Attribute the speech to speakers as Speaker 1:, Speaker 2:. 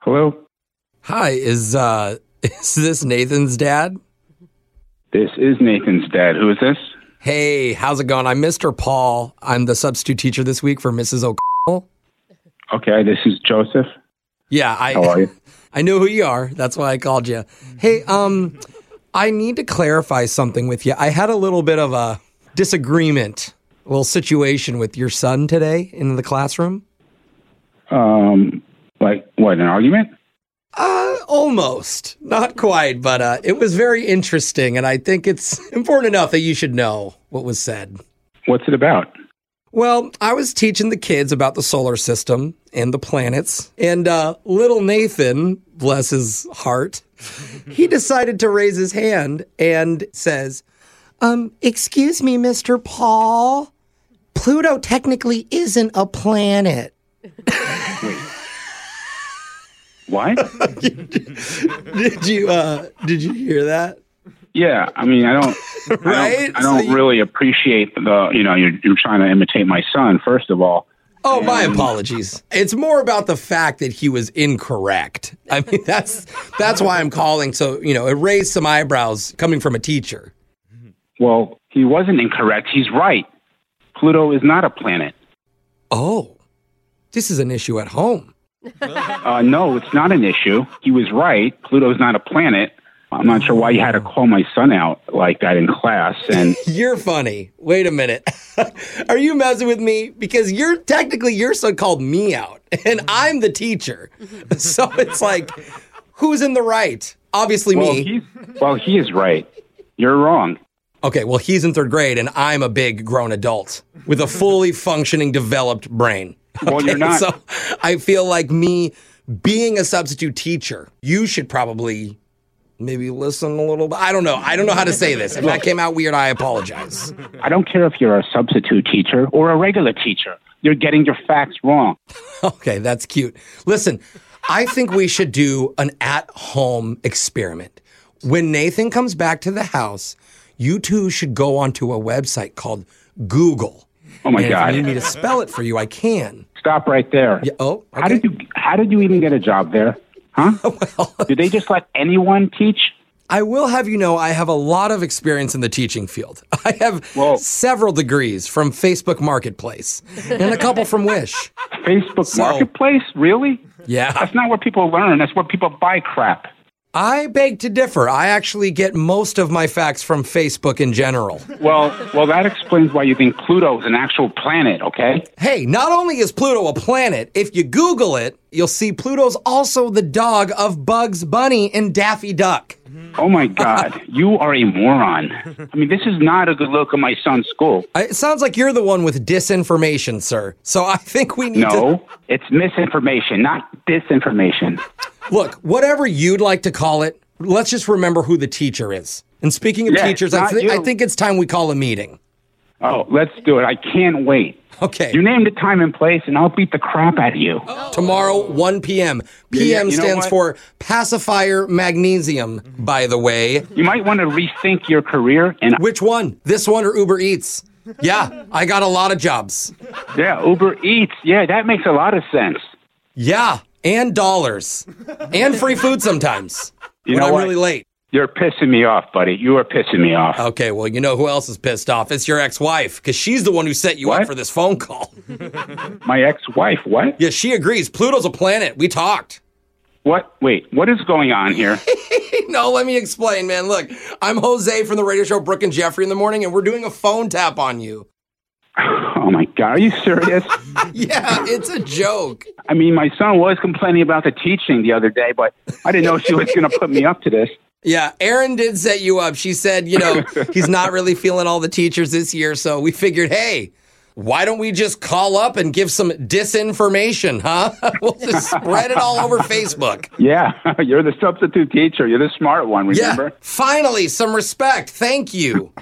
Speaker 1: Hello?
Speaker 2: Hi, is uh is this Nathan's dad?
Speaker 1: This is Nathan's dad. Who is this?
Speaker 2: Hey, how's it going? I'm Mr. Paul. I'm the substitute teacher this week for Mrs. O'Connell.
Speaker 1: Okay, this is Joseph.
Speaker 2: Yeah, I
Speaker 1: How are you?
Speaker 2: I know who you are. That's why I called you. Hey, um I need to clarify something with you. I had a little bit of a disagreement, a little situation with your son today in the classroom.
Speaker 1: Um, like, what, an argument?
Speaker 2: Uh, almost. Not quite, but uh, it was very interesting, and I think it's important enough that you should know what was said.
Speaker 1: What's it about?
Speaker 2: Well, I was teaching the kids about the solar system and the planets, and uh, little Nathan, bless his heart, he decided to raise his hand and says, um, Excuse me, Mr. Paul, Pluto technically isn't a planet.
Speaker 1: What?
Speaker 2: Did you, uh, did you hear that?
Speaker 1: yeah, I mean, I don't, I
Speaker 2: Right?
Speaker 1: don't, I don't
Speaker 2: So you-
Speaker 1: really appreciate the, you know, you're, you're trying to imitate my son, first of all.
Speaker 2: Oh, my apologies. It's more about the fact that he was incorrect. I mean, that's that's why I'm calling. So you know, it raised some eyebrows coming from a teacher.
Speaker 1: Well, he wasn't incorrect. He's right. Pluto is not a planet.
Speaker 2: Oh, this is an issue at home.
Speaker 1: Uh, no, it's not an issue. He was right. Pluto's not a planet. I'm not sure why you had to call my son out like that in class. And
Speaker 2: You're funny. Wait a minute. Are you messing with me? Because you're technically your son called me out, and
Speaker 1: Mm-hmm.
Speaker 2: I'm the teacher. So it's like, who's in the right? Obviously
Speaker 1: well,
Speaker 2: me.
Speaker 1: he's, well, he is right. You're wrong.
Speaker 2: Okay, well he's in third grade, and I'm a big grown adult with a fully functioning, developed brain.
Speaker 1: Well, you're not.
Speaker 2: So I feel like me being a substitute teacher, you should probably maybe listen a little bit. I don't know. I don't know how to say this. If that came out weird, I apologize.
Speaker 1: I don't care if you're a substitute teacher or a regular teacher. You're getting your facts wrong.
Speaker 2: Okay, that's cute. Listen, I think we should do an at home experiment. When Nathan comes back to the house, you two should go onto a website called Google.
Speaker 1: Oh my
Speaker 2: and
Speaker 1: God!
Speaker 2: If you need me to spell it for you, I can.
Speaker 1: Stop right there.
Speaker 2: Oh,
Speaker 1: How did you? How did you even get a job there? Huh? Do they just let anyone teach?
Speaker 2: I will have you know I have a lot of experience in the teaching field. I have
Speaker 1: Whoa.
Speaker 2: several degrees from Facebook Marketplace and a couple from Wish.
Speaker 1: Facebook
Speaker 2: So-
Speaker 1: Marketplace? Really?
Speaker 2: Yeah.
Speaker 1: That's not what people learn. That's what people buy crap.
Speaker 2: I beg to differ. I actually get most of my facts from Facebook in general.
Speaker 1: Well, well, that explains why you think Pluto is an actual planet. Okay.
Speaker 2: Hey, not only is Pluto a planet, if you Google it, you'll see Pluto's also the dog of Bugs Bunny and Daffy Duck.
Speaker 1: Oh my God, you are a moron. I mean, this is not a good look at my son's school.
Speaker 2: I, it sounds like you're the one with disinformation, sir. So I think we need to.
Speaker 1: No, it's misinformation, not disinformation.
Speaker 2: Look, whatever you'd like to call it, let's just remember who the teacher is. And speaking of
Speaker 1: Yeah,
Speaker 2: teachers, I,
Speaker 1: not
Speaker 2: thi-
Speaker 1: you.
Speaker 2: I think it's time we call a meeting.
Speaker 1: Oh, let's do it. I can't wait.
Speaker 2: Okay.
Speaker 1: You name the time and place, and I'll beat the crap out of you.
Speaker 2: Oh. Tomorrow, 1 p.m.
Speaker 1: yeah,
Speaker 2: PM
Speaker 1: you know
Speaker 2: stands
Speaker 1: what?
Speaker 2: for pacifier magnesium, by the way.
Speaker 1: You might want to rethink your career. And
Speaker 2: Which one? This one or Uber Eats? Yeah, I got a lot of jobs.
Speaker 1: yeah, Uber Eats. Yeah, that makes a lot of sense.
Speaker 2: Yeah, and dollars. And free food sometimes.
Speaker 1: You
Speaker 2: when
Speaker 1: know
Speaker 2: I'm
Speaker 1: what?
Speaker 2: really late.
Speaker 1: You're pissing me off, buddy. You are pissing me off.
Speaker 2: Okay, well, you know who else is pissed off? It's your ex wife, because she's the one who set you up
Speaker 1: What?
Speaker 2: for this phone call.
Speaker 1: My ex-wife. What?
Speaker 2: Yeah, she agrees. Pluto's a planet. We talked.
Speaker 1: What? Wait. What is going on here?
Speaker 2: No, let me explain, man. Look, I'm Jose from the radio show Brooke and Jeffrey in the morning, and we're doing a phone tap on you.
Speaker 1: Oh my God. Are you serious?
Speaker 2: Yeah, it's a joke.
Speaker 1: I mean, my son was complaining about the teaching the other day, but I didn't know she was going to put me up to this.
Speaker 2: Yeah, Erin did set you up. She said, you know, he's not really feeling all the teachers this year, so we figured, hey, why don't we just call up and give some disinformation, huh? we'll just spread it all over Facebook.
Speaker 1: Yeah, you're the substitute teacher. You're the smart one.
Speaker 2: Yeah,
Speaker 1: Remember?
Speaker 2: finally, some respect. Thank you.